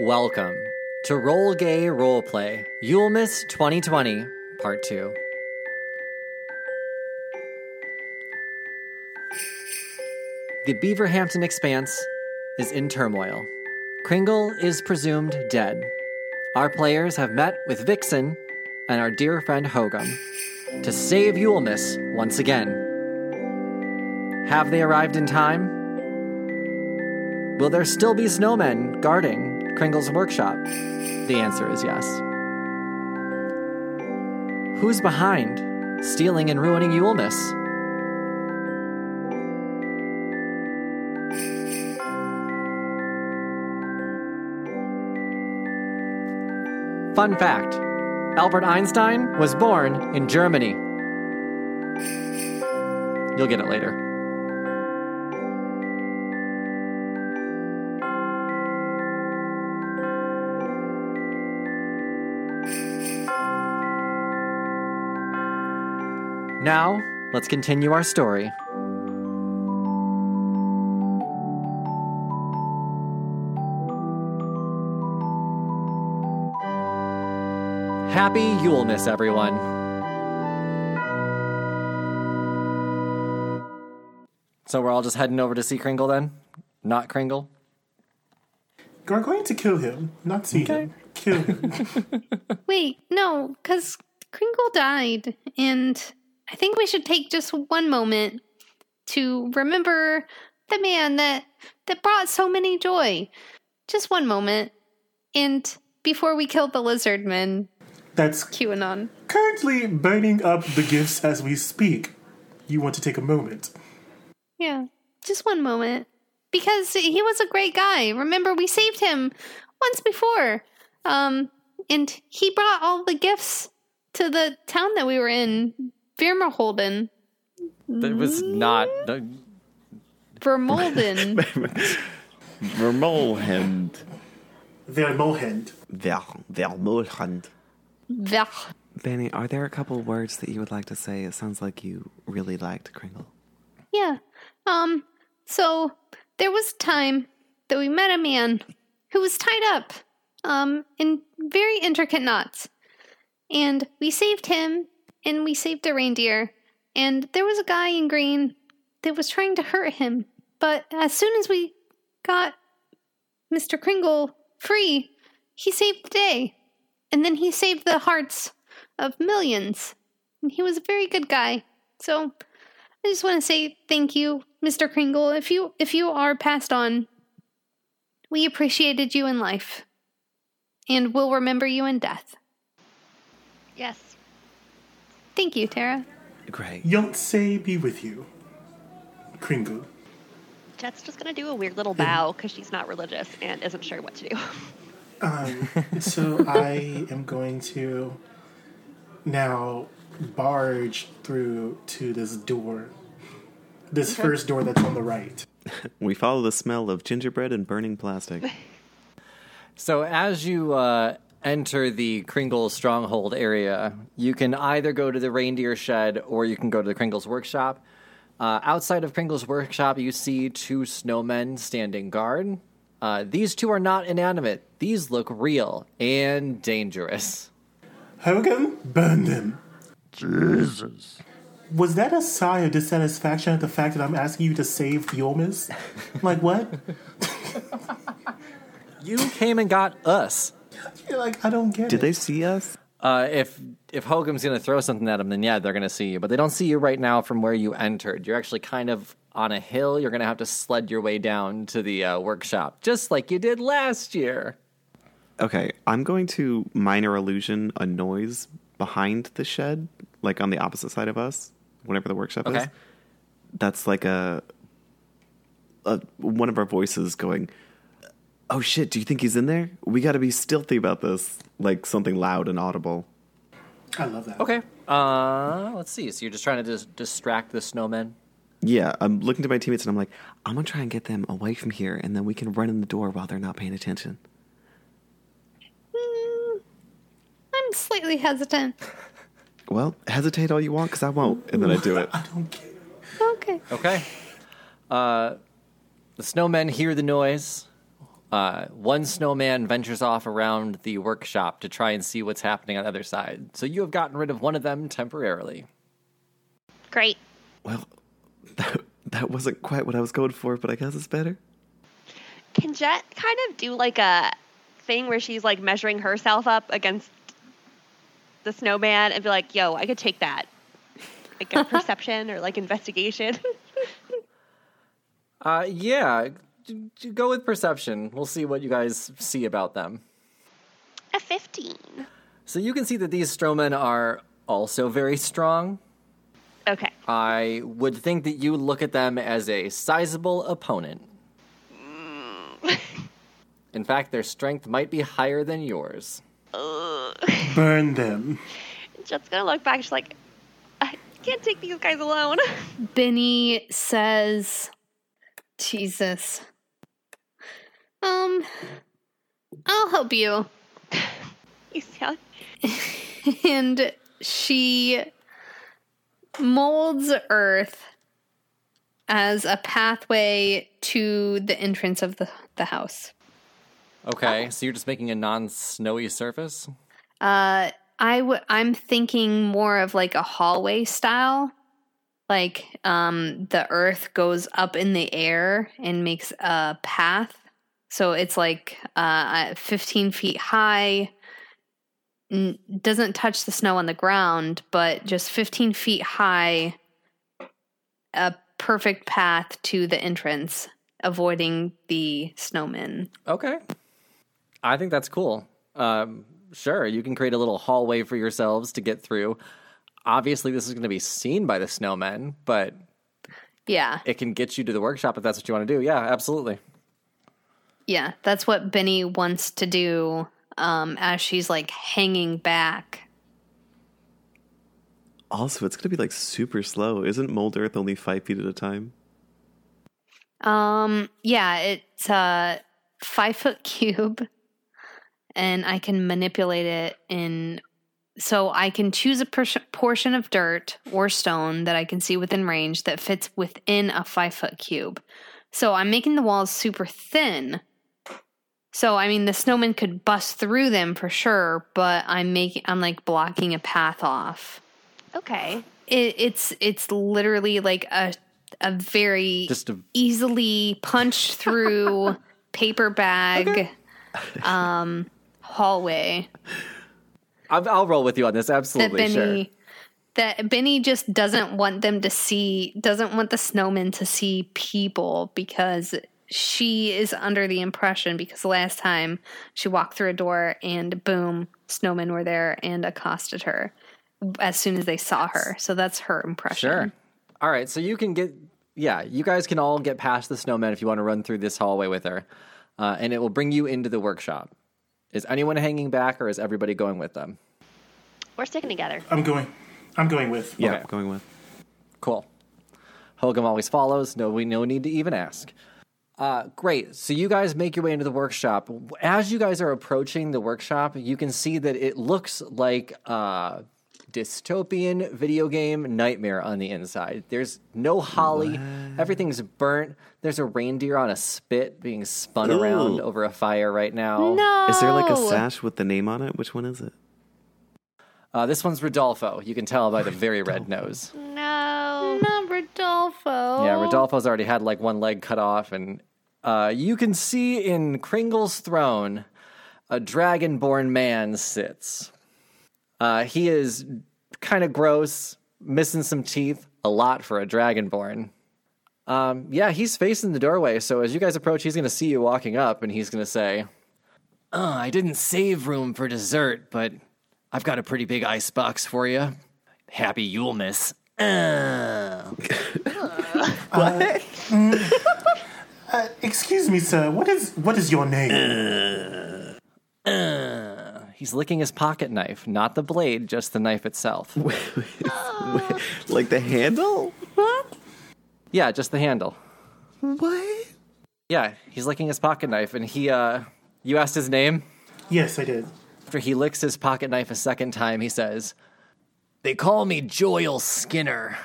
Welcome to Roll Gay Roleplay Yulmus 2020, Part 2. The Beaverhampton Expanse is in turmoil. Kringle is presumed dead. Our players have met with Vixen and our dear friend Hogum to save Yulmus once again. Have they arrived in time? Will there still be snowmen guarding Kringle's workshop? The answer is yes. Who's behind stealing and ruining Yulmus? Fun fact Albert Einstein was born in Germany. You'll get it later. Now, let's continue our story. Happy Yulemas, everyone. So we're all just heading over to see Kringle then? Not Kringle? We're going to kill him, not see him. Kill him. Wait, no, because Kringle died, and I think we should take just one moment to remember the man that that brought so many joy. Just one moment, and before we kill the lizard men, That's QAnon. currently burning up the gifts as we speak. You want to take a moment. Yeah, just one moment, because he was a great guy. Remember, we saved him once before, um, and he brought all the gifts to the town that we were in, Vermerholden. That was not. no, Vermolden. Vermolhand. Vermohend. Ver, Vermolhand. Ver- Vanny, are there a couple words that you would like to say? It sounds like you really liked Kringle. Yeah. Um, so there was a time that we met a man who was tied up um in very intricate knots. And we saved him and we saved a reindeer. And there was a guy in green that was trying to hurt him. But as soon as we got Mr. Kringle free, he saved the day. And then he saved the hearts of millions. And he was a very good guy. So I just want to say thank you, Mr. Kringle. If you if you are passed on, we appreciated you in life, and we'll remember you in death. Yes. Thank you, Tara. Great. Yonsei be with you. Kringle. Jet's just going to do a weird little bow because she's not religious and isn't sure what to do. Um, So I am going to now barge through to this door. This first door that's on the right. We follow the smell of gingerbread and burning plastic. So as you uh, enter the Kringle stronghold area, you can either go to the reindeer shed or you can go to the Kringle's workshop. Uh, outside of Kringle's workshop, you see two snowmen standing guard. Uh, these two are not inanimate. These look real and dangerous. Hogan, burn them. Jesus. Was that a sigh of dissatisfaction at the fact that I'm asking you to save Yomis? like what? You came and got us. You're like, I don't get Did it. they see us? Uh, if if Hogan's going to throw something at them, then yeah, they're going to see you. But they don't see you right now from where you entered. You're actually kind of on a hill. You're going to have to sled your way down to the uh, workshop, just like you did last year. Okay, I'm going to minor illusion a noise behind the shed, like on the opposite side of us, whenever the workshop is. Okay. That's like a, a one of our voices going, "Oh shit! Do you think he's in there? We got to be stealthy about this." Like something loud and audible. I love that. Okay. Uh, let's see. So you're just trying to dis- distract the snowmen. Yeah, I'm looking to my teammates and I'm like, I'm gonna try and get them away from here, and then we can run in the door while they're not paying attention. Mm, I'm slightly hesitant. Well, hesitate all you want, because I won't, and then I do it. I don't care. Okay. Okay. Uh, the snowmen hear the noise. Uh, one snowman ventures off around the workshop to try and see what's happening on the other side. So you have gotten rid of one of them temporarily. Great. Well, that, that wasn't quite what I was going for, but I guess it's better. Can Jet kind of do like a thing where she's like measuring herself up against the snowman and be like, yo, I could take that? Like a perception or like investigation? Uh, yeah, d- d- go with perception. We'll see what you guys see about them. a 15. So you can see that these strowmen are also very strong. Okay. I would think that you look at them as a sizable opponent. In fact, their strength might be higher than yours. Burn them. Jet's gonna look back. She's like, I can't take these guys alone. Benny says, Jesus. Um, I'll help you. You sound- And she molds earth as a pathway to the entrance of the, the house. Okay, so you're just making a non snowy surface? Uh, I w- I'm thinking more of like a hallway style. Like um, the earth goes up in the air and makes a path. So it's like uh, 15 feet high. N- doesn't touch the snow on the ground, but just 15 feet high. A perfect path to the entrance, avoiding the snowmen. Okay. I think that's cool. Um, sure, you can create a little hallway for yourselves to get through. Obviously, this is going to be seen by the snowmen, but Yeah. it can get you to the workshop if that's what you want to do. Yeah, absolutely. Yeah, that's what Benny wants to do um, as she's like hanging back. Also, it's going to be like super slow. Isn't Mold Earth only five feet at a time? Um, yeah, it's a five foot cube, and I can manipulate it in. So I can choose a per- portion of dirt or stone that I can see within range that fits within a five foot cube. So I'm making the walls super thin. So I mean, the snowman could bust through them for sure, but I'm making I'm like blocking a path off. okay. it, it's it's literally like a a very Just a easily punched through paper bag um hallway I'll, I'll roll with you on this. that Absolutely, Benny sure. that Benny just doesn't want them to see doesn't want the snowman to see people because she is under the impression because last time she walked through a door and boom snowmen were there and accosted her as soon as they saw her so that's her impression Sure. All right, so you can get. Yeah, you guys can all get past the snowman if you want to run through this hallway with her, uh, and it will bring you into the workshop. Is anyone hanging back, or is everybody going with them? We're sticking together. I'm going. I'm going with. Yeah, Okay. going with. Cool. Hogum always follows. No, we no need to even ask. Uh, great. So you guys make your way into the workshop. As you guys are approaching the workshop, you can see that it looks like a dystopian video game nightmare on the inside. There's no holly. Everything's burnt. There's a reindeer on a spit being spun around Ooh. over a fire right now. No. Is there like a sash with the name on it? Which one is it? Uh, this one's Rodolfo. You can tell by the very red nose. No. Not Rodolfo. Yeah, Rodolfo's already had like one leg cut off, and uh, you can see in Kringle's throne a dragonborn man sits. Uh, he is kind of gross, missing some teeth, a lot for a dragonborn. Um, yeah, he's facing the doorway, so as you guys approach, he's going to see you walking up, and he's going to say, uh, I didn't save room for dessert, but I've got a pretty big ice box for you. Happy Yule, miss. Uh. Excuse me, sir. What is what is your name? He's licking his pocket knife, not the blade, just the knife itself. Like the handle? Yeah, just the handle. What? Yeah, he's licking his pocket knife, and he, uh, you asked his name? yes, I did. After he licks his pocket knife a second time, he says, They call me Joel Skinner,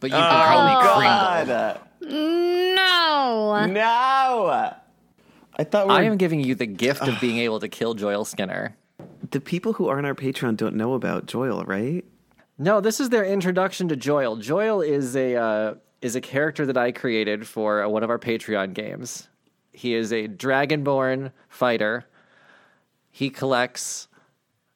but you can call me Kringle. No. No! I thought we I were, am giving you the gift of being able to kill Joel Skinner. the people who aren't our Patreon don't know about Joel, right? No, this is their introduction to Joel. Joel is a uh, is a character that I created for uh, one of our Patreon games. He is a dragonborn fighter. He collects.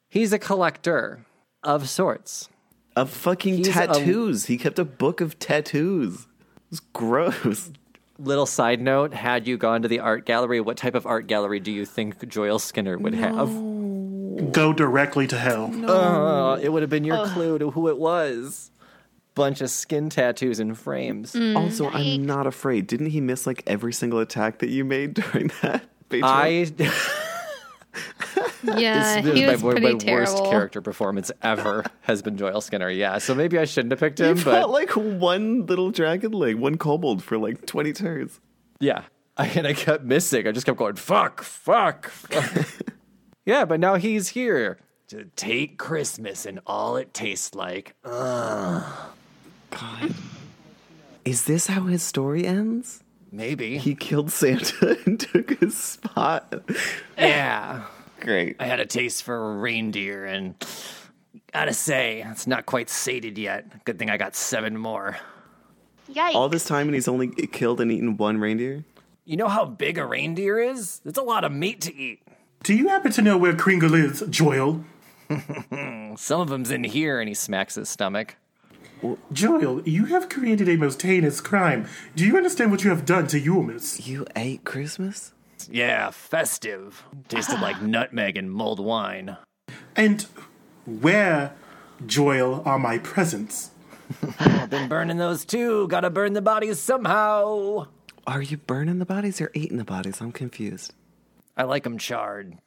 He's a collector of sorts. Of fucking He's a- tattoos. He kept a book of tattoos. It's gross. Little side note: Had you gone to the art gallery, what type of art gallery do you think Joel Skinner would have? Go directly to hell. Uh, it would have been your clue to who it was. Bunch of skin tattoos and frames. also, I'm not afraid. Didn't he miss like every single attack that you made during that? Patreon? I. Yeah, this Uh, he is was my, pretty my terrible. worst character performance ever has been Joel Skinner. Yeah, so maybe I shouldn't have picked You him, fought but like one little dragon leg, one kobold for like 20 turns. yeah. And I kept missing. I just kept going, fuck, fuck, fuck. yeah, but now he's here to take Christmas and all it tastes like. Uh, God. Is this how his story ends? Maybe. He killed Santa and took his spot. yeah. Great. I had a taste for reindeer and gotta say, it's not quite sated yet. Good thing I got seven more. Yikes. All this time, and he's only killed and eaten one reindeer? You know how big a reindeer is? It's a lot of meat to eat. Do you happen to know where Kringle is, Joel? Some of them's in here, and he smacks his stomach. Joel, you have created a most heinous crime. Do you understand what you have done to Yumis? You ate Christmas? Yeah, festive. Tasted like nutmeg and mulled wine. And where, Joel, are my presents? I've been burning those too. Gotta burn the bodies somehow. Are you burning the bodies or eating the bodies? I'm confused. I like 'em charred.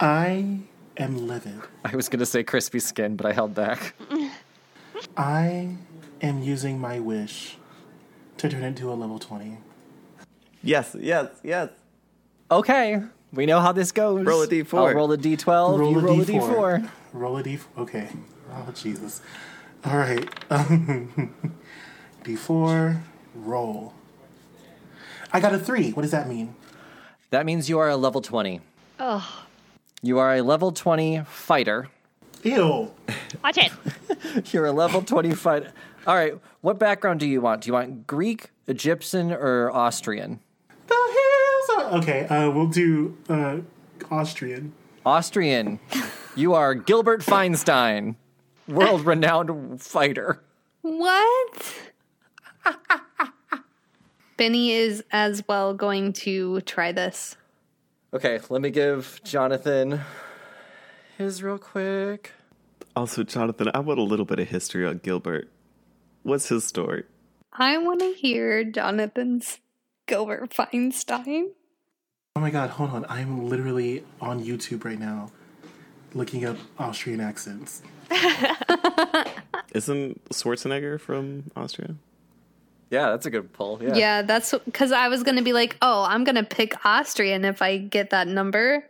I am livid. I was gonna say crispy skin, but I held back. I am using my wish to turn into a level 20. Yes, yes, yes. Okay, we know how this goes. Roll a D4. I'll roll a d12. you roll a d4. Roll a D4. Okay. Oh, Jesus. All right. D4, roll. I got a three. What does that mean? That means you are a level 20. oh, You are a level 20 fighter. Ew. watch it. You're a level 20 fighter. All right, what background do you want? Do you want Greek, Egyptian, or Austrian? The hills are. Okay, uh, we'll do uh, Austrian. Austrian. You are Gilbert Feinstein, world renowned fighter. What? Benny is as well going to try this. Okay, let me give Jonathan his real quick. Also, Jonathan, I want a little bit of history on Gilbert. What's his story? I want to hear Jonathan's Gilbert Feinstein. Oh my god, hold on. I'm literally on YouTube right now looking up Austrian accents. Isn't Schwarzenegger from Austria? Yeah, that's a good pull. Yeah. Yeah, that's because I was going to be like, oh, I'm going to pick Austrian if I get that number.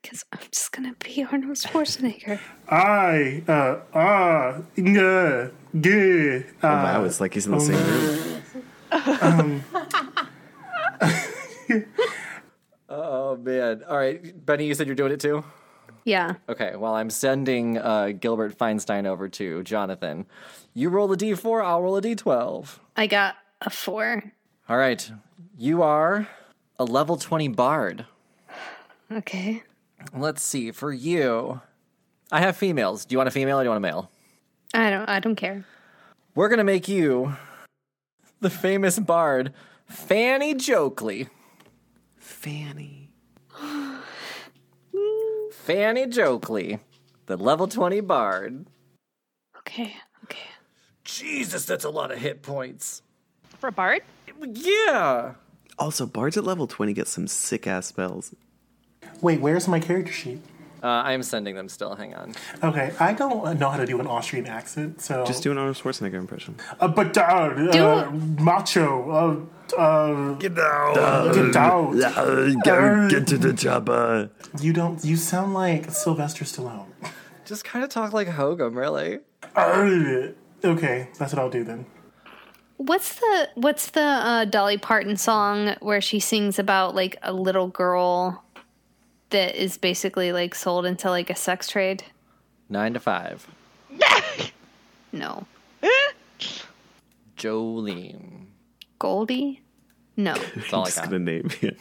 Because I'm just going to be Arnold Schwarzenegger. I, uh, ah, nga, ge, Oh, uh, wow, it's like he's in the same room. Oh, man. All right, Benny, you said you're doing it too? yeah. Okay, well, I'm sending uh, Gilbert Feinstein over to Jonathan. You roll a d4, I'll roll a d12. I got a four. All right, you are a level 20 bard. Okay. Let's see, for you, I have females. Do you want a female or do you want a male? I don't. I don't care. We're gonna make you the famous bard Fanny Jokely. Fanny. Fanny Jokely, the level 20 bard. Okay. Okay. Jesus, that's a lot of hit points. For a bard? Yeah. Also, bards at level 20 get some sick ass spells. Wait, where's my character sheet? Uh, I'm sending them still. Hang on. Okay, I don't know how to do an Austrian accent, so. Just do an Arnold Schwarzenegger impression. Uh, but, uh, Do uh, it. macho, uh, uh, Get down. get out. Uh, Go get to the chopper. You don't, you sound like Sylvester Stallone. Just kind of talk like Hogum, really. Uh, okay, that's what I'll do then. What's the what's the uh, Dolly Parton song where she sings about like a little girl that is basically like sold into like a sex trade? Nine to five. No. Jolene. Goldie? No. That's all I just got. gonna name it.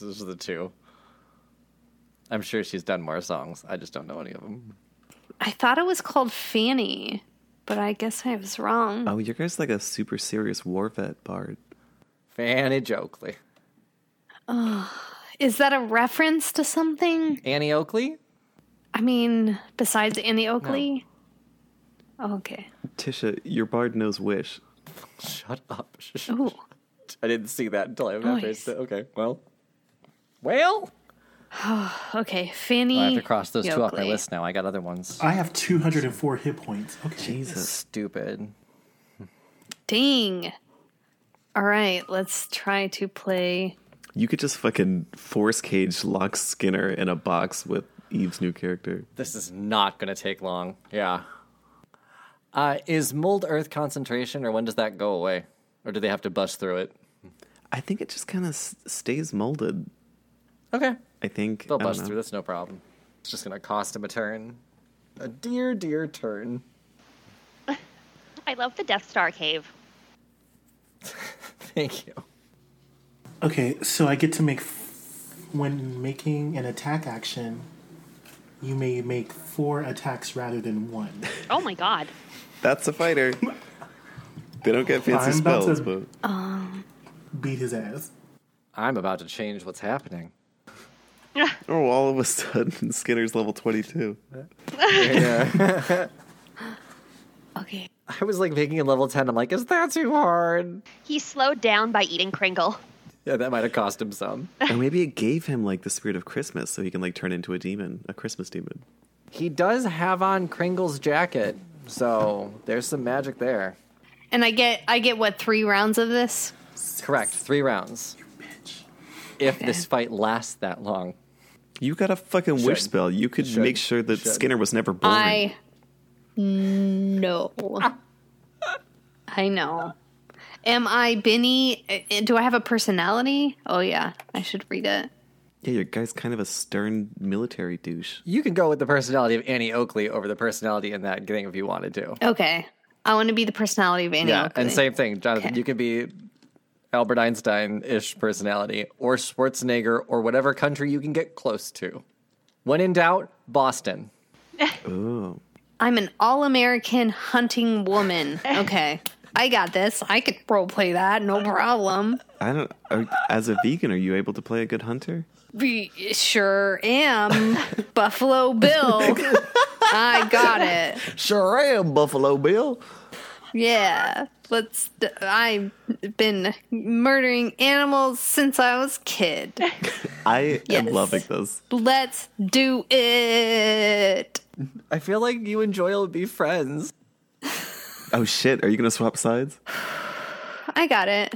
Those are the two. I'm sure she's done more songs. I just don't know any of them. I thought it was called Fanny, but I guess I was wrong. Oh, your guy's like a super serious war vet bard. Fanny Jokely. Is that a reference to something? Annie Oakley? I mean, besides Annie Oakley? Okay. Tisha, your bard knows wish. Shut up. Ooh. I didn't see that until I Nice. after I said, okay, well. Well? Okay, Fanny. I have to cross those two off my Oakley. list now. I got other ones. I have 204 hit points. Okay. Jesus. Stupid. Ding. All right, let's try to play. You could just fucking force cage lock Skinner in a box with Eve's new character. This is not going to take long. Yeah. Uh, is mold earth concentration, or when does that go away? Or do they have to bust through it? I think it just kind of s- stays molded. Okay. I think. They'll I don't bust know. through. That's no problem. It's just going to cost him a turn. A dear, dear turn. I love the Death Star cave. Thank you. Okay, so I get to make f- when making an attack action, you may make four attacks rather than one. Oh my god. That's a fighter. they don't get fancy I'm about spells, to- but Beat his ass. I'm about to change what's happening. oh, all of a sudden Skinner's level twenty-two. Okay. I was like making a level 10. I'm like, is that too hard? He's slowed down by eating Kringle. Yeah, that might have cost him some. or maybe it gave him like the spirit of Christmas, so he can like turn into a demon, a Christmas demon. he does have on Kringle's jacket, so there's some magic there. And I get I get what 3 rounds of this? Correct. Three rounds. Bitch. If this fight lasts that long. You got a fucking wish Should. spell. You could Should. make sure that Should. Skinner was never born. I know. I know. Am I Benny? Eh, eh, Do I have a personality? Oh yeah, I should read it. Yeah, your guy's kind of a stern military douche. You can go with the personality of Annie Oakley over the personality in that thing if you wanted to. Okay. I want to be the personality of Annie. Yeah, Oakley. and same thing, Jonathan. Okay. You can be Albert Einstein ish personality or Schwarzenegger or whatever country you can get close to. When in doubt, Boston. Oh, I'm an all-American hunting woman. Okay. I got this. I could role play that. No problem. I don't. Are, as a vegan, are you able to play a good hunter? We sure am Buffalo Bill. I got it. Sure am, Buffalo Bill. Yeah. Let's I've been murdering animals since I was a kid. I am Yes. loving this. Let's do it. I feel like you and Joy will be friends. Oh shit, are you gonna swap sides? I got it.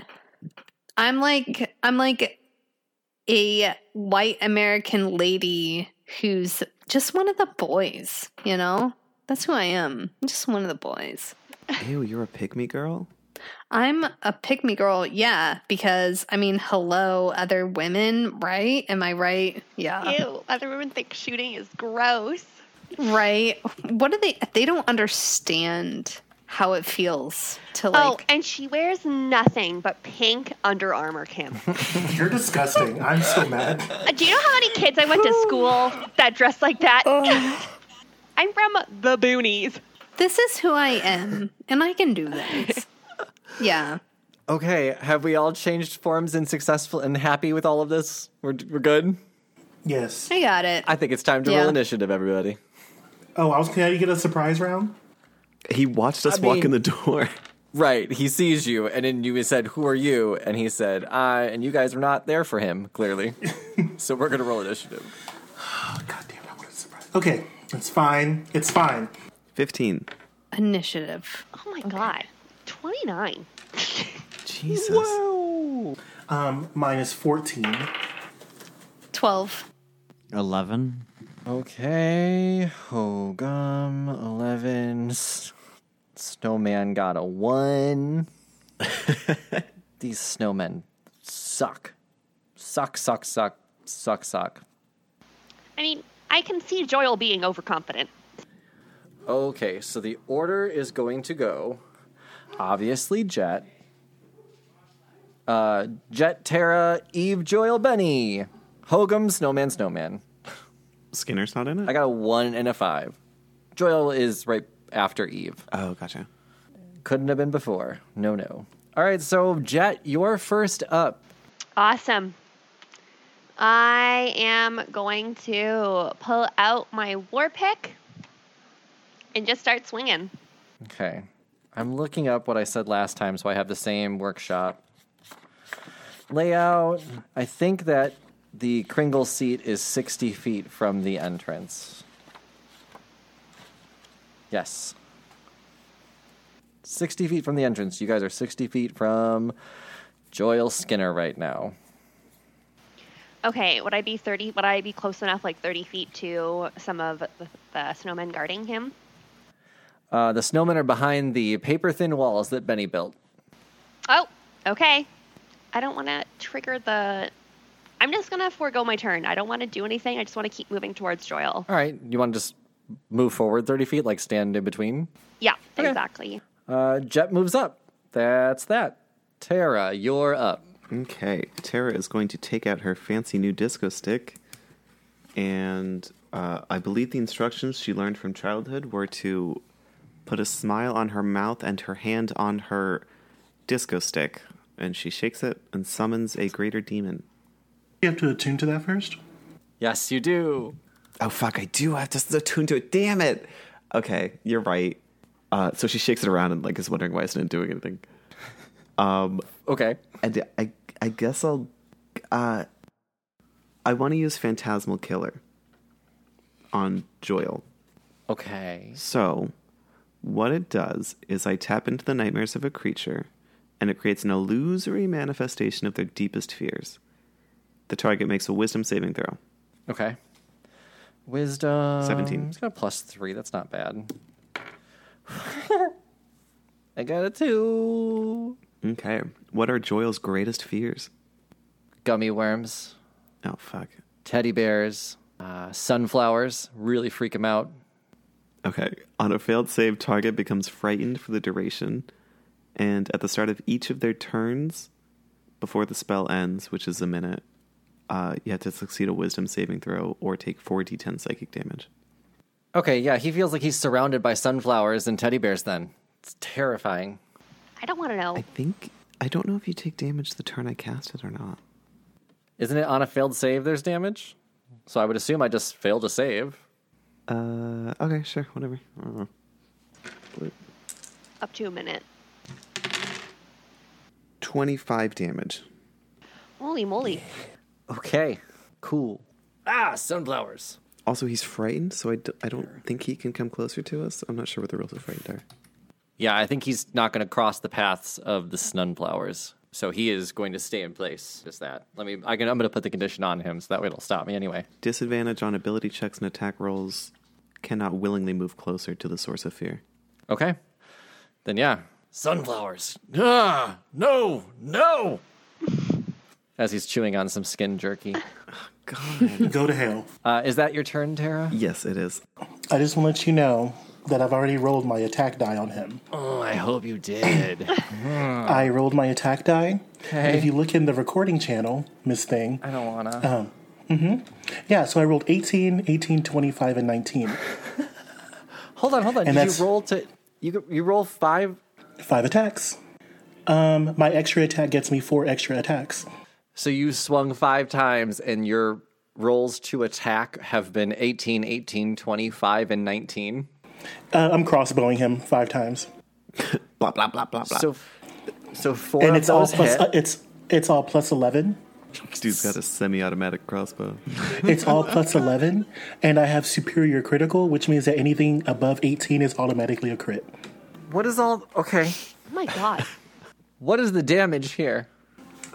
I'm like I'm like a white American lady who's just one of the boys, you know? That's who I am. I'm just one of the boys. Ew, you're a pygmy girl. I'm a pick me girl, yeah, because I mean, hello, other women, right? Am I right? Yeah. Ew, other women think shooting is gross. Right. What do they they don't understand how it feels to oh, like and she wears nothing but pink Under Armour camo. You're disgusting. I'm so mad. Uh, Do you know how many kids I went to school that dressed like that? I'm from the boonies. this is who I am and I can do this. yeah. Okay, have we all changed forms and successful and happy with all of this? We're, we're good? Yes. I got it. I think it's time to Yeah. roll initiative, everybody. Oh, I was can I get a surprise round? He watched us I walk in mean- the door. Right, he sees you, and then you said, Who are you? And he said, I, and you guys were not there for him, clearly. so we're going to roll initiative. Oh, God damn, I want a surprise. Okay, it's fine. It's fine. Fifteen. Initiative. Oh my god. 29. Jesus. Um, mine is 14. 12. 11. Okay, Hogum, 11. S- Snowman got a 1. These snowmen suck. Suck, suck, suck, suck, suck. I mean, I can see Joel being overconfident. Okay, so the order is going to go obviously Jet, uh, Jet, Terra, Eve, Joel, Benny, Hogum, Snowman, Snowman. Skinner's not in it. I got a one and a five. Joel is right after Eve. oh, gotcha. Couldn't have been before. No, no. All right, so Jet, you're first up. Awesome. I am going to pull out my war pick and just start swinging. Okay. I'm looking up what I said last time, so I have the same workshop layout. I think that the Kringle seat is 60 feet from the entrance. Yes. 60 feet from the entrance. You guys are 60 feet from Joel Skinner right now. Okay, would I be thirty? Would I be close enough, like thirty feet, to some of the, the snowmen guarding him? Uh, the snowmen are behind the paper thin walls that Benny built. Oh, okay. I don't want to trigger the. I'm just gonna forego my turn. I don't want to do anything. I just want to keep moving towards Joel. All right. You want to just move forward 30 feet, like stand in between? Yeah, exactly. Uh, Jet moves up. That's that. Tara, you're up. Okay, Tara is going to take out her fancy new disco stick, and uh, I believe the instructions she learned from childhood were to put a smile on her mouth and her hand on her disco stick, and she shakes it and summons a greater demon. You have to attune to that first. Yes, you do. Oh fuck! I do have to attune to it. Damn it! Okay, you're right. Uh, so she shakes it around and like is wondering why it's not doing anything. Um, Okay. And I, I guess I'll, uh, I want to use Phantasmal Killer on Joel. Okay. So, what it does is I tap into the nightmares of a creature, and it creates an illusory manifestation of their deepest fears. The target makes a Wisdom saving throw. Okay. Wisdom. 17. It's got a plus three. That's not bad. I got a two. Okay. What are Joel's greatest fears? Gummy worms, Oh fuck. teddy bears, uh, sunflowers really freak him out. Okay. On a failed save, target becomes frightened for the duration, and at the start of each of their turns, before the spell ends, which is a minute, uh, you have to succeed a Wisdom saving throw or take four d10 psychic damage. Okay, yeah, he feels like he's surrounded by sunflowers and teddy bears then. It's terrifying. I don't want to know. I think I don't know if you take damage the turn I cast it or not. Isn't it on a failed save there's damage? So I would assume I just failed a save. Uh, okay, sure, whatever. I don't know. Up to a minute. Twenty-five damage. Holy moly! Okay, cool. Ah, sunflowers. Also, he's frightened, so I, d- I don't think he can come closer to us. I'm not sure what the rules of frightened are. Yeah, I think he's not going to cross the paths of the sunflowers. So he is going to stay in place. Just that. Let me. I can. I'm going to put the condition on him, so that way it'll stop me anyway. Disadvantage on ability checks and attack rolls cannot willingly move closer to the source of fear. Okay. Then yeah. Sunflowers. Ah, no, no. As he's chewing on some skin jerky. God. Go to hell. Uh, is that your turn, Tara? yes, it is. I just want to let you know that I've already rolled my attack die on him. Oh, I hope you did. I rolled my attack die. And Okay. if you look in the recording channel, Miss Thing, I don't wanna. yeah, so I rolled 18, 18, 25, and 19. hold on, hold on. and Did that's- you roll to? You you roll five. Five attacks. Um, my extra attack gets me four extra attacks. So you swung five times, and your rolls to attack have been 18, 18, 25, and 19. Uh, I'm crossbowing him five times, Blah, blah, blah, blah, blah. So, so four and of it's all those plus. hit. Uh, it's it's all plus eleven. Dude's got a semi automatic crossbow. It's all plus eleven, and I have superior critical, which means that anything above eighteen is automatically a crit. what is all? Okay. Oh my god! What is the damage here?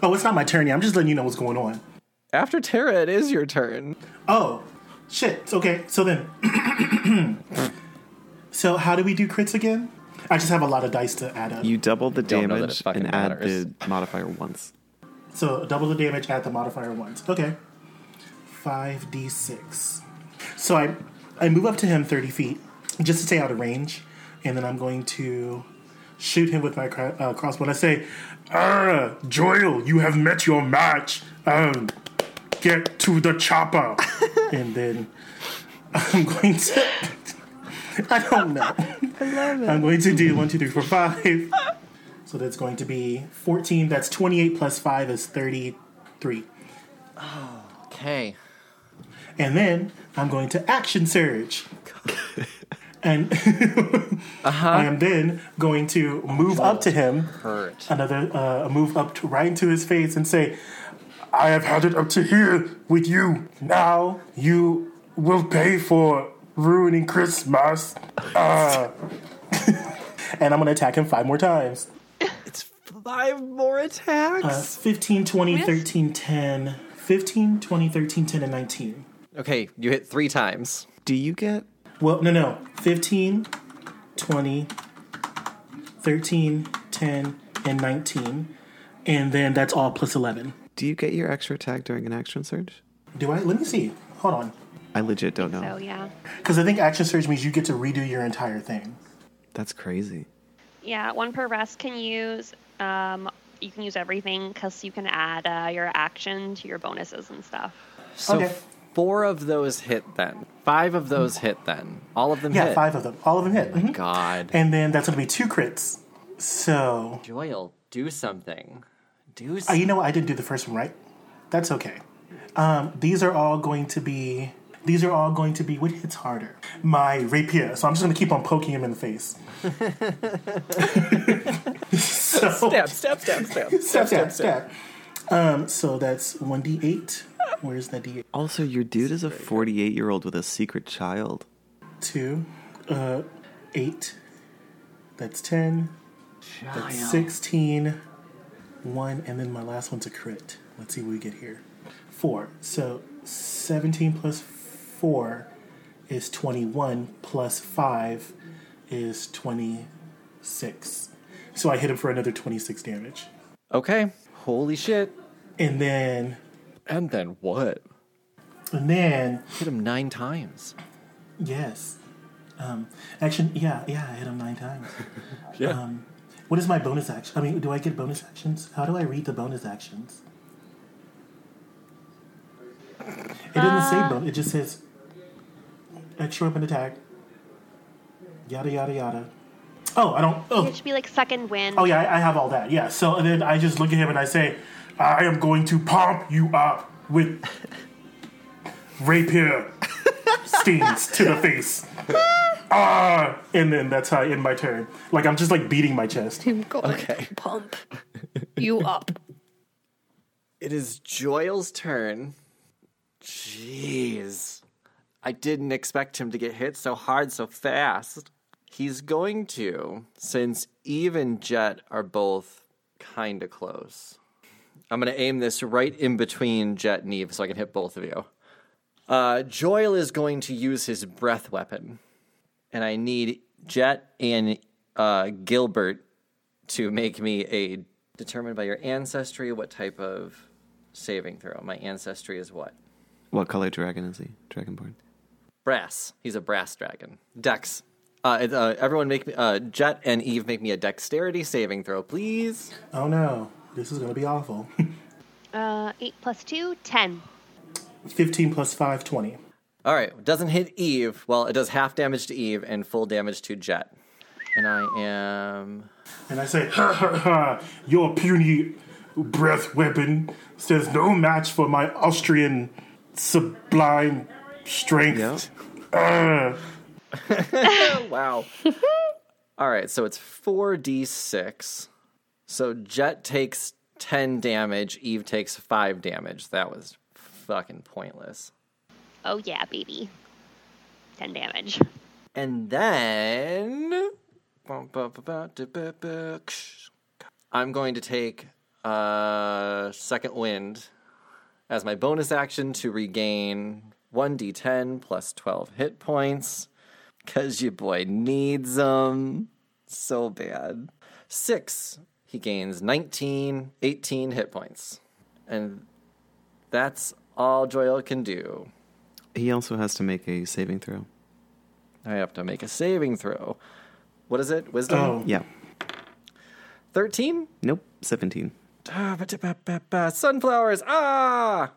Oh, it's not my turn yet. I'm just letting you know what's going on. After Terra, it is your turn. Oh, shit. It's Okay, so then. so, how do we do crits again? I just have a lot of dice to add up. You double the Don't know that damage it fucking and add matters. the modifier once. So double the damage, add the modifier once. Okay. 5d6. So I, I move up to him 30 feet just to stay out of range, and then I'm going to shoot him with my cro- uh, crossbow. And I say, Ah, Joel, you have met your match. Um, get to the chopper. and then I'm going to. I don't know. I'm going to do one, two, three, four, five. So that's going to be 14. That's 28 plus 5 is 33. Okay. And then I'm going to action surge. and I am then going to move up to him, Hurt. another uh, move up to right into his face and say, I have had it up to here with you. Now you will pay for ruining Christmas. Ah. and I'm going to attack him five more times. It's five more attacks. Uh, 15, 20, 13, 10. 15, 20, 13, 10, and 19. Okay, you hit three times. Do you get Well, no, no. 15, 20, 13, 10, and 19. And then that's all plus 11. do you get your extra attack during an action surge? Do I? Let me see. Hold on. I legit don't know. So yeah, Because I think action surge means you get to redo your entire thing. That's crazy. yeah. One per rest can use. Um, you can use everything because you can add uh, your action to your bonuses and stuff. So Okay. four of those hit then. Five of those hit then. All of them Yeah, hit. five of them. All of them hit. Mhm. God. And then that's going to be two crits. So, Joel, do something. Do uh, something. you know what? I didn't do the first one right. That's okay. Um, these are all going to be. These are all going to be what hits harder. My rapier. So I'm just going to keep on poking him in the face. so, Step, step, step, step. step, step, step. Um, so that's 1d8. Where's that d8? Also, your dude is a 48 year old with a secret child. Two, uh, eight. That's 10. That's 16. One, and then my last one's a crit. Let's see what we get here. Four. So 17 plus four is 21, plus five is 26. So I hit him for another 26 damage. Okay. Holy shit. And then, And then what? and then Hit him nine times. Yes. Um, action. Yeah, yeah. I hit him nine times. yeah. Um, what is my bonus action? I mean, do I get bonus actions? How do I read the bonus actions? It doesn't say bonus. It just says extra weapon attack. Yada yada yada. Oh, I don't. Oh, It should be like second win. Oh yeah, I, I have all that. Yeah. So and then I just look at him and I say, "I am going to pump you up with rapier stings to the face." ah! And then that's how I end my turn. Like I'm just like beating my chest. I'm going to pump you up. It is Joel's turn. Jeez. I didn't expect him to get hit so hard so fast. He's going to, since Eve and Jet are both kind of close. I'm going to aim this right in between Jet and Eve so I can hit both of you. Uh, Joel is going to use his breath weapon. And I need Jet and uh, Gilbert to make me a determined by your ancestry what type of saving throw. My ancestry is what? What color dragon is he? Dragonborn. Brass. He's a brass dragon. Dex. Uh, it- uh, everyone make me, uh, Jet and Eve make me a dexterity saving throw, please. Oh no, this is gonna be awful. Uh, eight plus two, ten. Fifteen plus five, twenty. All right, doesn't hit Eve. Well, it does half damage to Eve and full damage to Jet. And I am. And I say, ha, ha, ha, your puny breath weapon stands no match for my Austrian sublime strength. Yep. Ah." Wow. All right, so it's 4d6. So Jet takes 10 damage, Eve takes 5 damage. That was fucking pointless. Oh yeah, baby. Ten damage. And then. I'm going to take uh, Second Wind as my bonus action to regain 1d10 plus 12 hit points because your boy needs them. so bad. Six. He gains 19, 18 hit points. And that's all Joel can do. He also has to make a saving throw. I have to make a saving throw. What is it? Wisdom? Oh. Yeah. 13? Nope. 17. Sunflowers. Ah!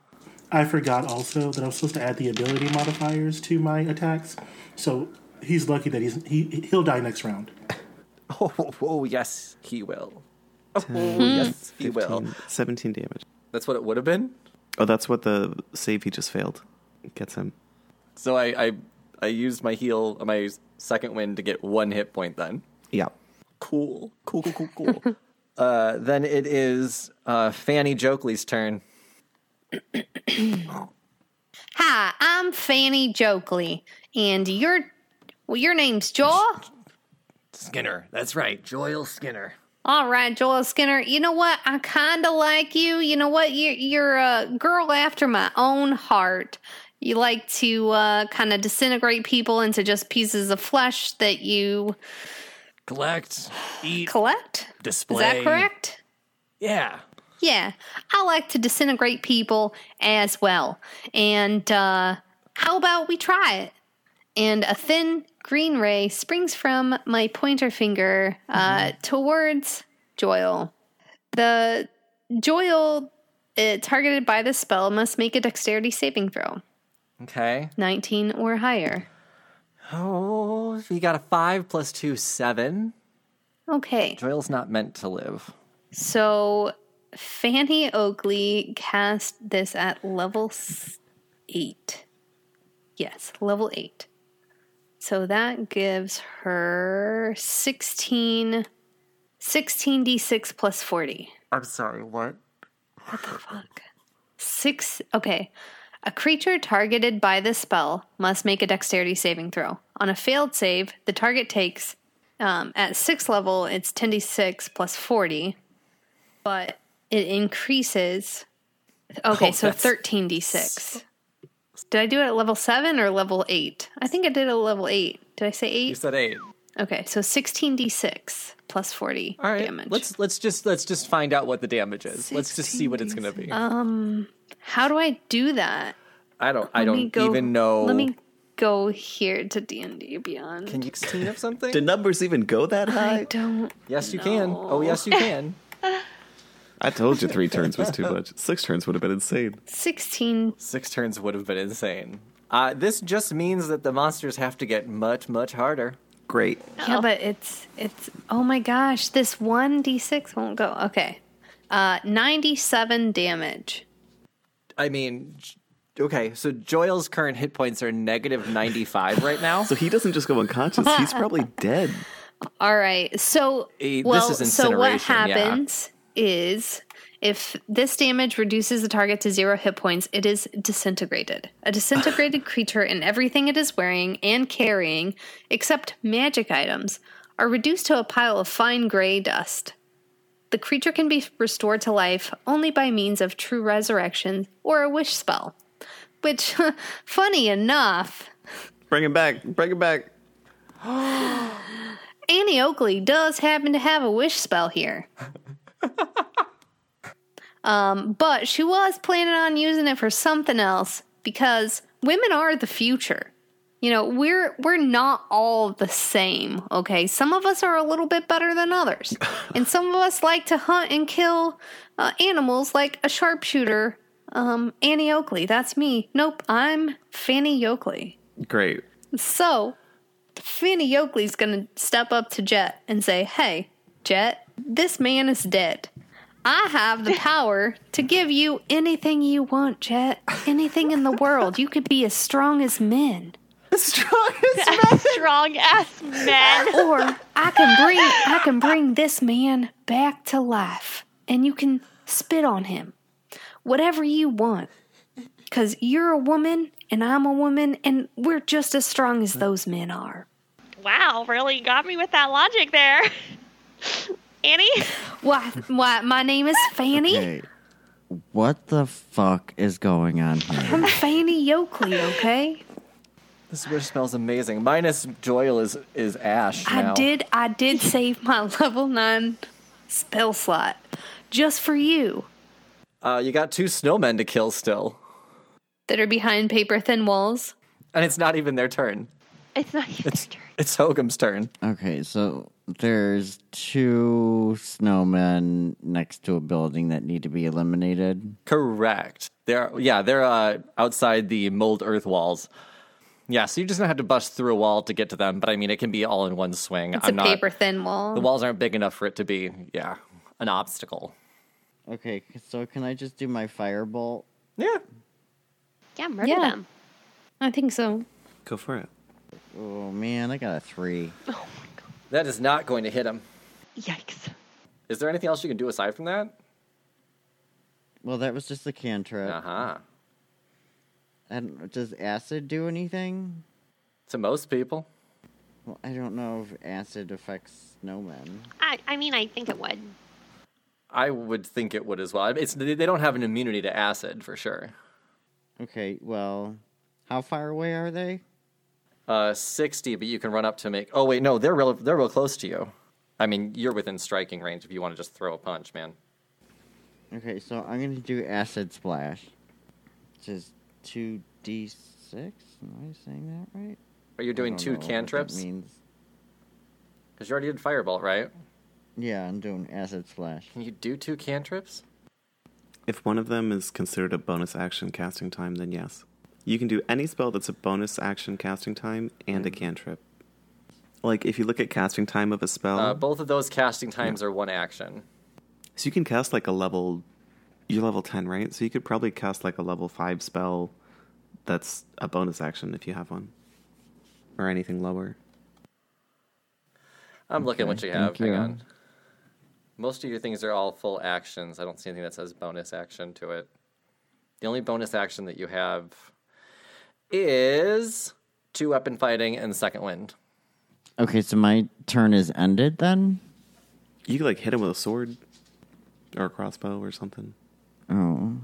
I forgot also that I was supposed to add the ability modifiers to my attacks. So he's lucky that he's he he'll die next round. Oh, oh, oh, yes, he will. Oh, yes, he 15, will. 17 damage. That's what it would have been. Oh, that's what the save he just failed gets him. So I, I, I used my heal, my second win to get one hit point then. Yeah. Cool. Cool, cool, cool, cool. uh, then it is uh, Fanny Jokley's turn. Hi, I'm Fanny Jokley, and your well, your name's Joel. Skinner. That's right. Joel Skinner. All right, Joel Skinner. You know what? I kind of like you. You know what? You're, you're a girl after my own heart. You like to uh, kind of disintegrate people into just pieces of flesh that you Collect, eat, collect. Is display. that correct? Yeah. Yeah, I like to disintegrate people as well. And uh, how about we try it? And a thin green ray springs from my pointer finger uh, towards Joel. The Joel uh, targeted by the spell must make a dexterity saving throw, Okay. 19 or higher. Oh, he got a five plus two, seven. Okay, Joel's not meant to live. so Fanny Oakley cast this at level s- eight. Yes, level eight. So that gives her 16, 16d6 plus 40. I'm sorry, what? Fuck. Six. Okay. A creature targeted by this spell must make a dexterity saving throw. On a failed save, the target takes, um, at sixth level, it's 10d6 plus 40, but it increases. Okay, Oh, so that's- 13d6. Did I do it at level 7 or level 8? I think I did it at level 8. Did I say You 8? said eight. Okay, so 16d6 plus 40 All right. damage. Let's let's just let's just find out what the damage is. Let's just see what it's going to be. Uh, How do I do that? I don't I Let me don't go- even know. Let me go here to D and D Beyond. Can you 16 of something? Did numbers even go that I high? don't. yes, you can. Oh, yes, you can. I told you three turns was too much. Six turns would have been insane. Sixteen. Six turns would have been insane. Uh, this just means that the monsters have to get much much harder. Great. Yeah, but it's it's. Oh my gosh, this one D six won't go. Okay, uh, ninety seven damage. I mean, j- okay. So Joel's current hit points are negative 95 right now. So he doesn't just go unconscious, he's probably dead. All right. So Eh, this well, is so what incineration, yeah. happens is if this damage reduces the target to zero hit points, it is disintegrated. A disintegrated creature and everything it is wearing and carrying, except magic items, are reduced to a pile of fine gray dust. The creature can be restored to life only by means of true resurrection or a wish spell. Which, funny enough, Bring him back. Bring him back. Annie Oakley does happen to have a wish spell here. um, but she was planning on using it for something else because women are the future. You know, we're we're not all the same, okay? Some of us are a little bit better than others. and some of us like to hunt and kill uh, animals like a sharpshooter. Um, Annie Oakley, that's me. Nope, I'm Fanny Oakley. Great. So, Fanny Yokley's gonna step up to Jet and say, Hey, Jet, this man is dead. I have the power to give you anything you want, Jet. Anything in the world. You could be as strong as men. Strong ass men. Or I can bring I can bring this man back to life. And you can spit on him. Whatever you want. Cause you're a woman and I'm a woman and we're just as strong as those men are. Wow, really got me with that logic there. Annie? Why, why, my name is Fanny. Okay. What the fuck is going on here? I'm Fanny Yokley, okay? This wish smells amazing. Minus Joel is is Ash now. I did. I did save my level nine spell slot just for you. Uh, you got two snowmen to kill still, That are behind paper thin walls. and it's not even their turn. It's not even It's it's Hogum's turn. Okay, so there's two snowmen next to a building that need to be eliminated. Correct. They're yeah, they're uh, outside the mold earth walls. Yeah, so you're just gonna have to bust through a wall to get to them. But I mean, it can be all in one swing. It's I'm a not. paper thin wall. The walls aren't big enough for it to be yeah an obstacle. Okay, so can I just do my firebolt? Yeah. yeah, murder Yeah. them. I think so. Go for it. Oh man, I got a three. That is not going to hit him. Yikes. Is there anything else you can do aside from that? Well, that was just the cantrip. Uh huh. I don't, does acid do anything? To most people. Well, I don't know if acid affects snowmen. I, I mean, I think it would. I would think it would as well. It's they they don't have an immunity to acid for sure. Okay, well, how far away are they? Uh, sixty, but you can run up to make. Oh wait, no, they're real. They're real close to you. I mean, you're within striking range if you want to just throw a punch, man. Okay, so I'm gonna do acid splash. Which is two d six. Am I saying that right? But you're doing I don't two know what that cantrips means. because you already did firebolt, right? Yeah, I'm doing acid splash. Can you do two cantrips? If one of them is considered a bonus action casting time, then yes. You can do any spell that's a bonus action casting time and a cantrip. Like if you look at casting time of a spell, Uh, both of those casting times are one action. so you can cast like a level you're level 10, right? So you could probably cast like a level 5 spell that's a bonus action if you have one or anything lower. I'm looking what you have. thank you. Hang on. Most of your things are all full actions. I don't see anything that says bonus action to it. The only bonus action that you have is two weapon fighting and second wind. Okay, so my turn is ended then. You could like hit him with a sword or a crossbow or something. Oh,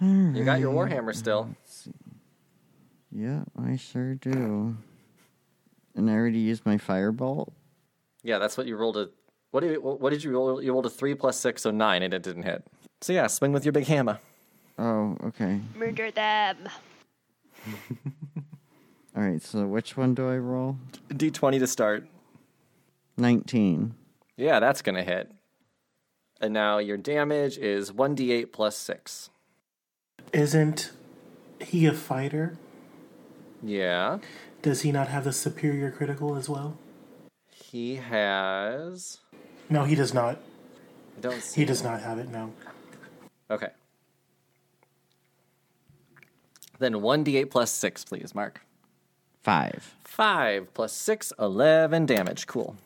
You got your warhammer still. yeah, I sure do. And I already used my firebolt. Yeah, that's what you rolled a. What did you, what did you roll? You rolled a three plus six, so nine, and it didn't hit. So yeah, swing with your big hammer. Oh, okay. Murder them. All right. So which one do I roll? D twenty to start. Nineteen. Yeah, that's gonna hit. And now your damage is one d eight plus six. Isn't he a fighter? Yeah. Does he not have the superior critical as well? He has. No, he does not. I Don't see. He does not have it, no. Okay. Then 1d8 plus 6, please, Mark. Five. 5 plus 6, 11 damage. Cool.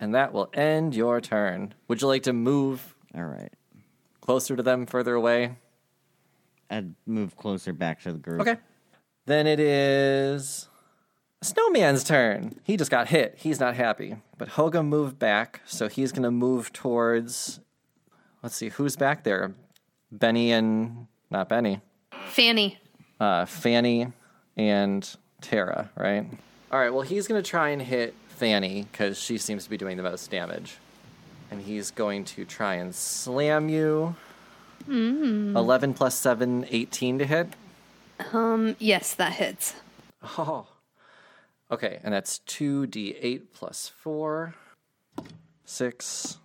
And that will end your turn. Would you like to move All right. closer to them, further away? I'd move closer back to the group. Okay. Then it is Snowman's turn. He just got hit. He's not happy. But Hoga moved back, so he's going to move towards. Let's see, who's back there? Benny and. Not Benny. Fanny. Uh, Fanny and Tara, right? All right, well, he's going to try and hit Fanny because she seems to be doing the most damage. And he's going to try and slam you. 11 plus 7, 18 to hit. Um. Yes, that hits. Oh. Okay, and that's 2d8 plus 4, 6,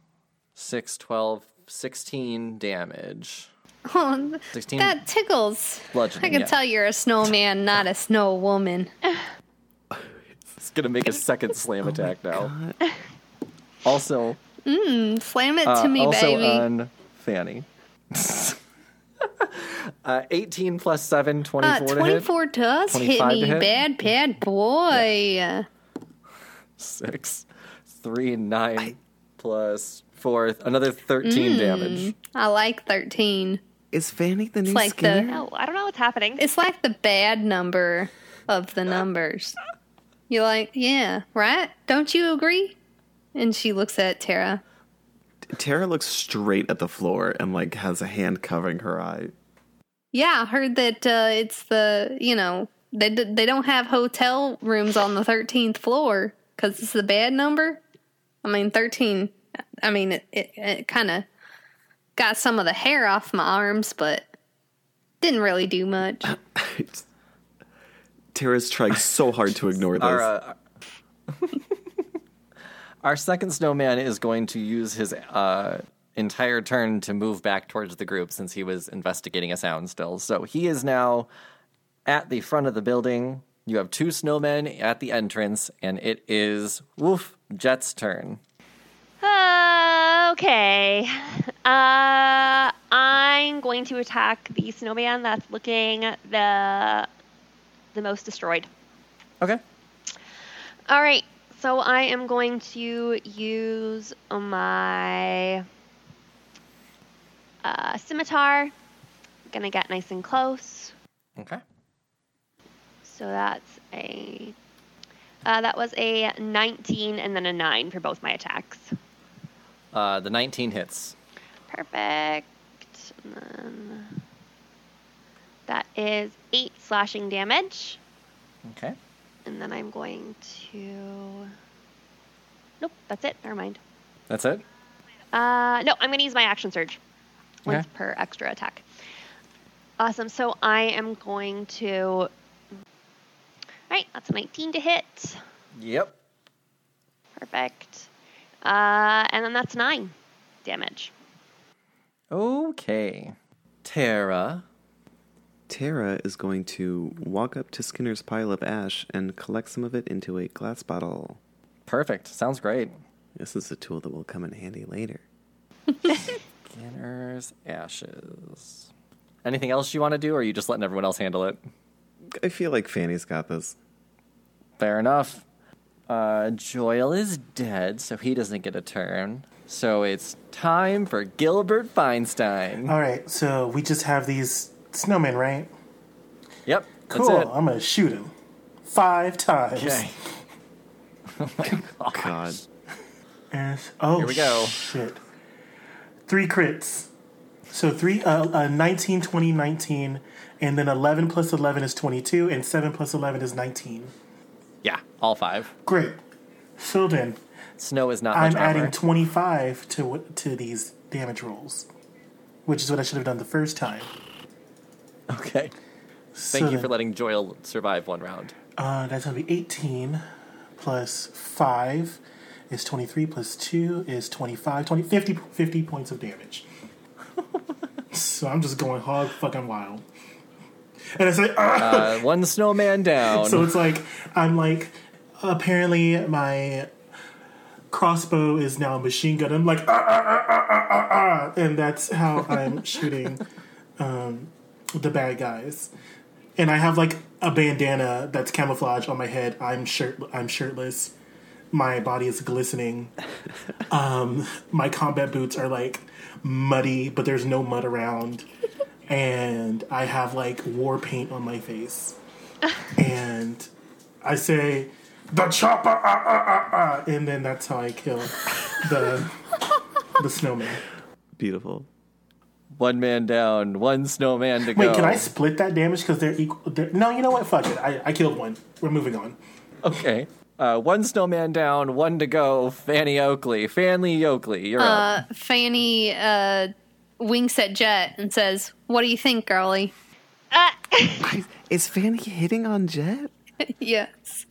6, 12, 16 damage. Oh, 16 that tickles. bludgeoning. I can yeah. tell you're a snowman, not a snow woman. It's going to make a second slam attack now. Also, Slam it uh, to me, also baby. on Fanny. uh, 18 plus 7, Uh, 24 to hit. 24 does hit 25 to me. hit. Bad, bad boy. 6, 3, 9 plus 4, another 13 Mm. damage. I like 13. Is Fanny the new It's like skinner? the No, Oh, I don't know what's happening. it's like the bad number of the numbers. You're like, yeah, right? Don't you agree? And she looks at Tara. Tara looks straight at the floor and like has a hand covering her eye. Yeah, I heard that uh, it's the, you know, They d- they don't have hotel rooms on the thirteenth floor because it's a bad number. I mean thirteen. I mean it it, it kind of got some of the hair off my arms, but didn't really do much. Tara's trying so hard to ignore this. Our, uh, our second snowman is going to use his uh, entire turn to move back towards the group since he was investigating a sound still. So he is now at the front of the building. You have two snowmen at the entrance, and it is woof Jet's turn. Uh, okay. Uh, I'm going to attack the snowman that's looking the the most destroyed. Okay. All right. So I am going to use my uh, scimitar. Gonna get nice and close. Okay. So that's a uh, that was a 19 and then a 9 for both my attacks. Uh, the 19 hits. Perfect. And then that is eight slashing damage. Okay. And then I'm going to. Nope, that's it. Never mind. That's it? Uh, no, I'm going to use my action surge Okay. once per extra attack. Awesome. So I am going to. All right, that's a 19 to hit. Yep. Perfect. Uh, and then that's nine damage. Okay. Tara. Tara is going to walk up to Skinner's pile of ash and collect some of it into a glass bottle. Perfect. Sounds great. This is a tool that will come in handy later. Skinner's ashes. Anything else you want to do, or are you just letting everyone else handle it? I feel like Fanny's got this. Fair enough. Uh, Joel is dead, so he doesn't get a turn. So it's time for Gilbert Feinstein. All right, so we just have these snowmen, right? Yep. Cool. That's it. I'm gonna shoot him five times. Okay. God. And- oh, Here we go. Shit. Three crits. So three, uh, uh, 19, 20, 19, and then 11 plus 11 is 22, and 7 plus 11 is 19. Yeah, all five. Great. So then, Snow is not I'm much armor. adding 25 to w- to these damage rolls, which is what I should have done the first time. okay. So Thank you then- for letting Joel survive one round. Uh, that's gonna be 18 plus 5 is 23 plus 2 is 25 20, 50, 50 points of damage so i'm just going hog fucking wild and it's like Uh, "Ah!" one snowman down. so it's like i'm like apparently my crossbow is now a machine gun i'm like "Ah, ah, ah, ah, ah, ah, ah," and that's how i'm shooting um, the bad guys and I have like a bandana that's camouflage on my head. I'm shirt. I'm shirtless. My body is glistening. um, my combat boots are like muddy, but there's no mud around, and I have like war paint on my face. and I say, "The chopper!" Ah, ah, ah, ah," and then that's how I kill the the snowman. Beautiful. One man down, one snowman to Wait, go. can I split that damage because they're equal? They're, no, you know what? Fuck it. I, I killed one. We're moving on. Okay. Uh, one snowman down, one to go. Fanny Oakley. Fanny Oakley, you're up. Uh, Fanny uh, winks at Jet and says, "What do you think, girlie?" Uh, Is Fanny hitting on Jet? yes.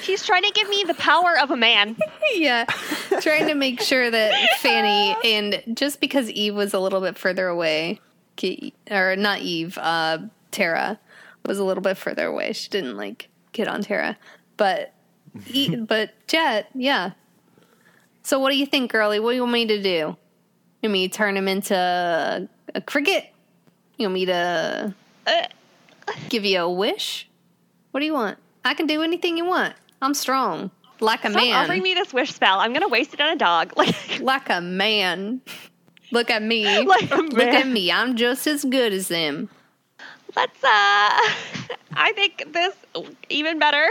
she's trying to give me the power of a man. Yeah, trying to make sure that Fanny and just because Eve was a little bit further away, Ke- or not Eve, uh, Tara was a little bit further away. She didn't like get on Tara, but E- but Jet, yeah. So what do you think, girlie? What do you want me to do? You want me to turn him into a cricket? You want me to Uh. give you a wish? What do you want? I can do anything you want. I'm strong, like a Stop man offering me this wish spell. I'm gonna waste it on a dog. Like, like a man. Look at me. like a Look at man. me. I'm just as good as them. Let's. Uh, I think this even better.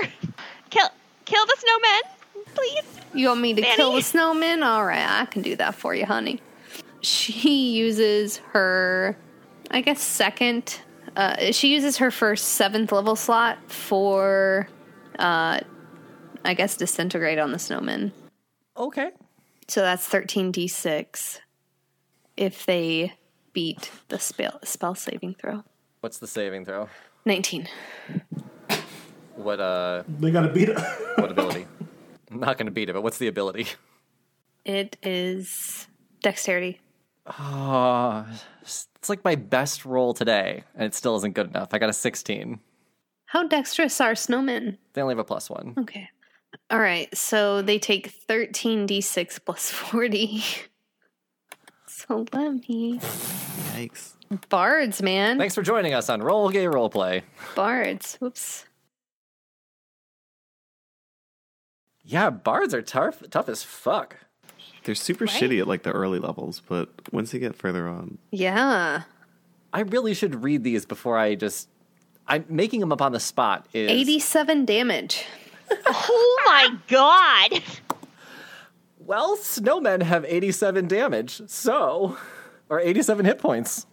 Kill, kill the snowmen, please. You want me to kill the Manny. snowman? All right, I can do that for you, honey. She uses her, I guess, second uh, she uses her first seventh level slot for, uh, I guess, disintegrate on the snowman. Okay. So that's 13d6 if they beat the spell, spell saving throw. What's the saving throw? 19. What uh They gotta beat it. what ability? I'm not gonna beat it, but what's the ability? It is dexterity. Oh, it's like my best roll today, and it still isn't good enough. I got a 16. How dexterous are snowmen? They only have a plus one. Okay. All right. So they take 13d6 plus 40. so let me. Yikes. Bards, man. Thanks for joining us on Roll Gay Roleplay. Bards. Whoops. Yeah, bards are tough, tough as fuck. They're super shitty at like the early levels, but once you get further on, Yeah. I really should read these before I just. I'm making them up on the spot. Is 87 damage. Oh my god! well, snowmen have 87 damage, so or 87 hit points.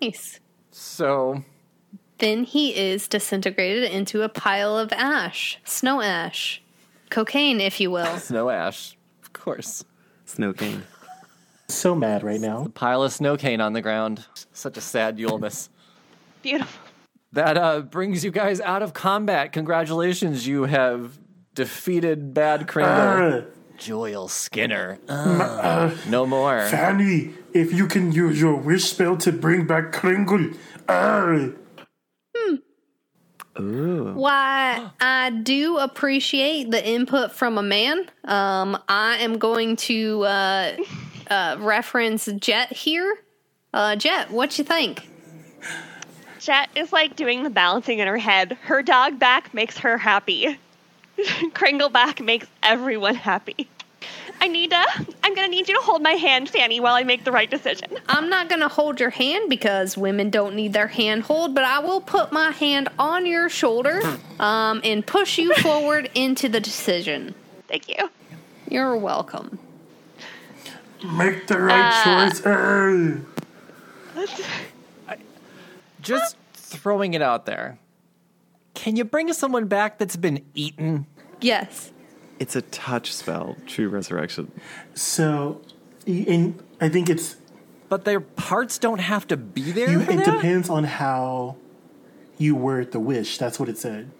Nice. So Then he is disintegrated into a pile of ash, snow ash, cocaine, if you will. snow ash, of course. snow cane. so mad right now. Pile of snow cane on the ground. Such a sad Yulmus. Beautiful. That uh, brings you guys out of combat. Congratulations, you have defeated Bad Kringle. Uh, Joel Skinner. Uh, no more. Fanny, if you can use your wish spell to bring back Kringle. Uh, Why I do appreciate the input from a man. Um, I am going to uh, uh, reference Jet here. Uh, Jet, what you think? Jet is like doing the balancing in her head. Her dog back makes her happy. Kringle back makes everyone happy. I need to. I'm gonna need you to hold my hand, Fanny, while I make the right decision. Uh, I'm not going to hold your hand because women don't need their hand hold, but I will put my hand on your shoulder um, and push you forward into the decision. Thank you. You're welcome. make the right choice. Uh, Just throwing it out there. Can you bring someone back that's been eaten? Yes. It's a touch spell, true resurrection. so, y- and I think it's But their parts don't have to be there. you, for it that? depends on how you word the wish. That's what it said.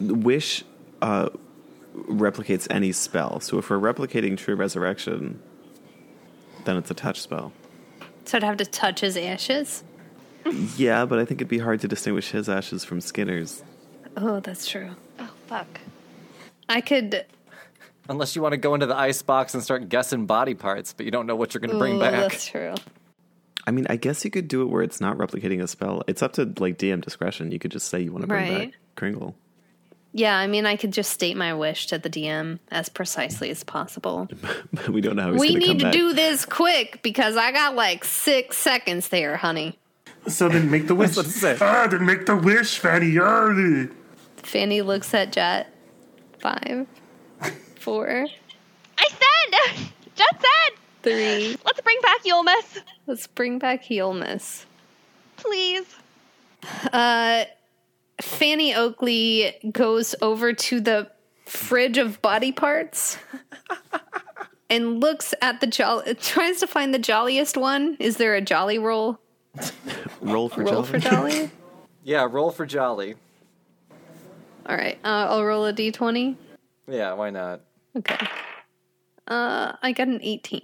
Wish uh, replicates any spell, so if we're replicating true resurrection, then it's a touch spell. So I'd have to touch his ashes. Yeah, but I think it'd be hard to distinguish his ashes from Skinner's. Oh, that's true. Oh, fuck. I could. Unless you want to go into the ice box and start guessing body parts, but you don't know what you're going to bring Ooh, back. That's true. I mean, I guess you could do it where it's not replicating a spell. It's up to like DM discretion. You could just say you want to bring Right. back Kringle. Yeah, I mean, I could just state my wish to the DM as precisely as possible. But we don't know how he's we going to come need to back. do this quick because I got like six seconds there, honey. So then make the wish. what it said. Ah, then make the wish, Fanny. Uh, Fanny looks at Jet. Five, four, I said. Jet said. three. Let's bring back Yulmus, Let's bring back Healness. please. Uh, Fanny Oakley goes over to the fridge of body parts and looks at the jolly, tries to find the jolliest one. Is there a jolly roll? Roll for Roll jolly. for jolly? Yeah, roll for jolly. All right, uh, I'll roll a d20. Yeah, why not? Okay. Uh, I got an 18.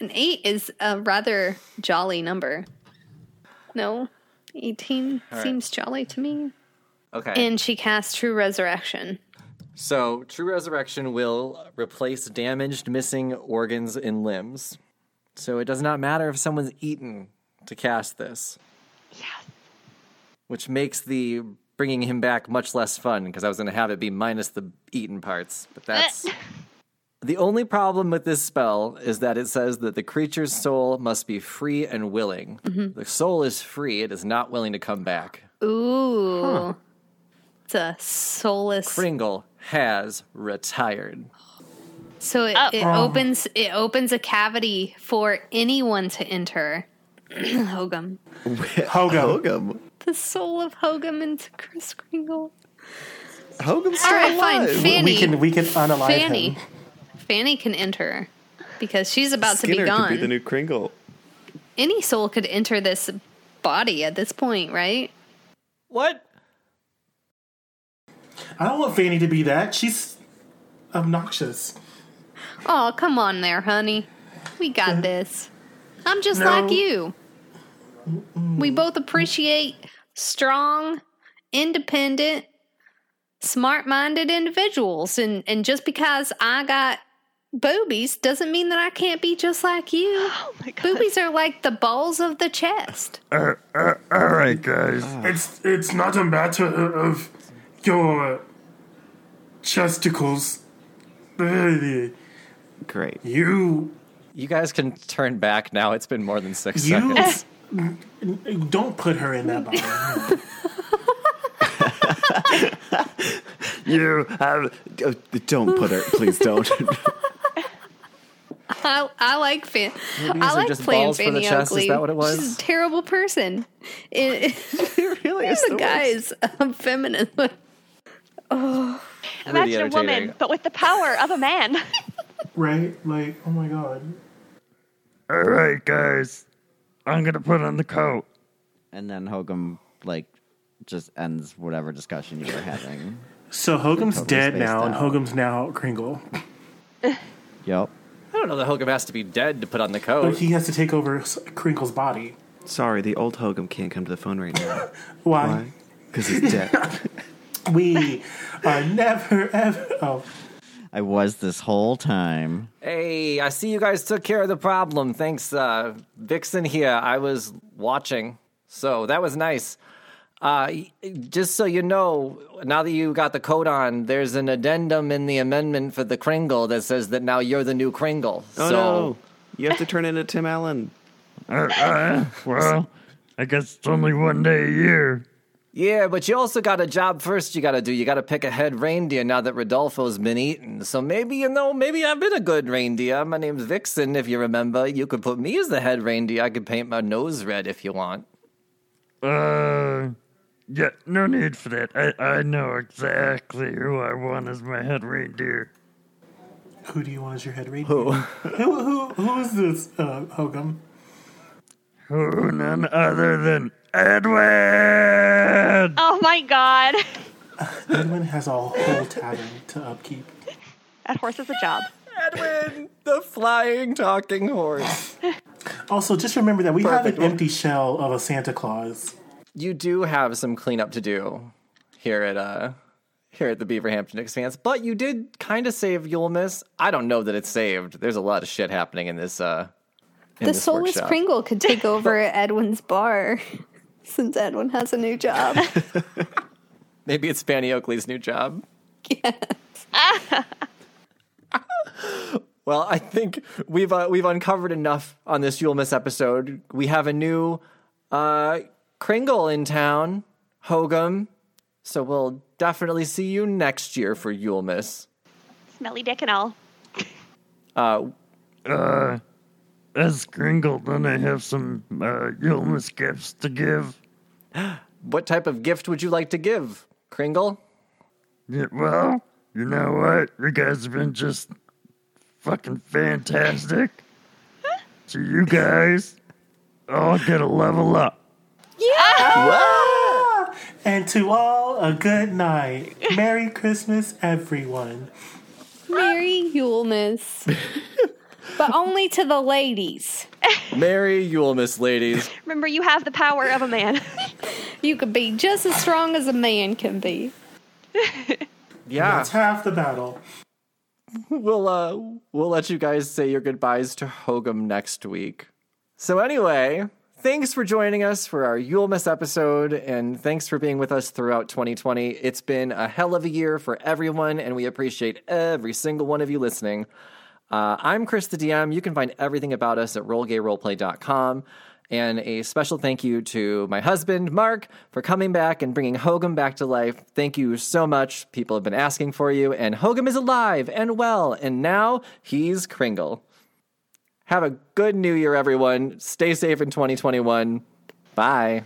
An 8 is a rather jolly number. No? 18 seems jolly to me. Okay. And she casts True Resurrection. So, true resurrection will replace damaged, missing organs and limbs. So, it does not matter if someone's eaten to cast this. Yes. Which makes the bringing him back much less fun because I was going to have it be minus the eaten parts. But that's. the only problem with this spell is that it says that the creature's soul must be free and willing. The soul is free, it is not willing to come back. Ooh. It's a soulless. Pringle has retired. So it, it opens it opens a cavity for anyone to enter. Hogum. Hogum. Hogum. The soul of Hogum into Chris Kringle. Hogum's All still right, fine. alive. Fanny. We can we can unalive Fanny. him. Fanny can enter because she's about to Skinner be gone. could be the new Kringle. Any soul could enter this body at this point, right? What? I don't want Fanny to be that. She's obnoxious. Oh, come on there, honey. We Uh, got this. I'm just No. like you. We both appreciate strong, independent, smart minded individuals. And, and just because I got boobies doesn't mean that I can't be just like you. Oh my god. Boobies are like the balls of the chest. All right, guys. It's it's not a matter of your chesticles. You Great. You guys can turn back now. It's been more than six You- seconds. don't put her in that bottle. You have. oh, don't put her. Please don't. I, I like fan. I are like just playing balls for the Fanny chest? Is Oakley. that what it was? She's a terrible person. It, it really is. the guy is a feminist. Imagine a woman, entertaining. but with the power of a man. right? Like, oh my god. All right, guys. I'm gonna put on the coat. And then Hogum, like, just ends whatever discussion you were having. So Hogum's Totally dead spaced now, and out. Hogum's now Kringle, yep. I don't know that Hogum has to be dead to put on the but coat. he has to take over S- Kringle's body. Sorry, the old Hogum can't come to the phone right now. Why? Why? Because he's dead. We are never ever. Oh, I was this whole time. Hey, I see you guys took care of the problem. Thanks, uh, Vixen here. I was watching, so that was nice. Uh, y- just so you know, now that you got the coat on, there's an addendum in the amendment for the Kringle that says that now you're the new Kringle. Oh so no! You have to turn into Tim Allen. Uh, uh, well, I guess it's only one day a year. Yeah, but you also got a job first you got to do. You got to pick a head reindeer now that Rodolfo's been eaten. So maybe, you know, maybe I've been a good reindeer. My name's Vixen, if you remember. You could put me as the head reindeer. I could paint my nose red if you want. Uh, yeah, no need for that. I, I know exactly who I want as my head reindeer. who do you want as your head reader? Who? who? Who? Who is this? Uh, Hogum. Who none other than Edwin! oh my god. Edwin has a whole tavern to upkeep. That horse is a job. Edwin, the flying talking horse. Also, just remember that we have Perfect. an empty shell of a Santa Claus. You do have some cleanup to do here at uh here at the Beaverhampton Expanse, but you did kind of save Yulmus. I don't know that it's saved. There's a lot of shit happening in this uh in the this soulless workshop. Kringle could take over Edwin's bar since Edwin has a new job. Maybe it's Fanny Oakley's new job. well, I think we've uh, we've uncovered enough on this Yule Miss episode. We have a new uh, Kringle in town, Hogum. So we'll definitely see you next year for Yule Miss. Smelly dick and all. Uh, Uh, as Kringle, then I have some, uh, Yulmus gifts to give. what type of gift would you like to give, Kringle? Yeah, well, you know what? You guys have been just fucking fantastic. to you guys, I'll get a level up. And to all, a good night. Merry Christmas, everyone. Merry Yulemas. but only to the ladies. Merry Yule Miss, ladies. Remember, you have the power of a man. You could be just as strong as a man can be. Yeah. That's half the battle. we'll uh we'll let you guys say your goodbyes to Hogum next week. So anyway, thanks for joining us for our Yulemas episode, and thanks for being with us throughout 2020. It's been a hell of a year for everyone, and we appreciate every single one of you listening. Uh, I'm Chris the DM. You can find everything about us at rollgayroleplay.com. And a special thank you to my husband, Mark, for coming back and bringing Hogum back to life. Thank you so much. People have been asking for you, and Hogum is alive and well, and now he's Kringle. Have a good new year, everyone. Stay safe in 2021. Bye.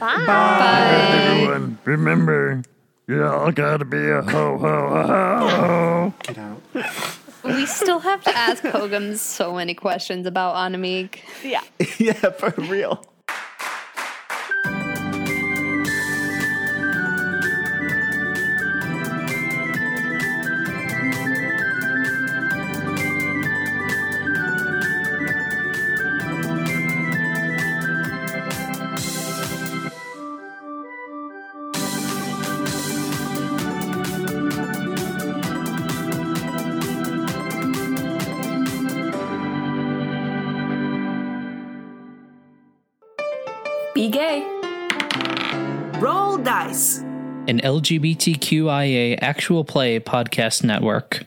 Bye. Everyone, remember, you all gotta be a ho ho ho ho. Get out. We still have to ask Hogum so many questions about Anamik. Yeah. yeah, for real. Be gay. Roll dice. an LGBTQIA actual play podcast network.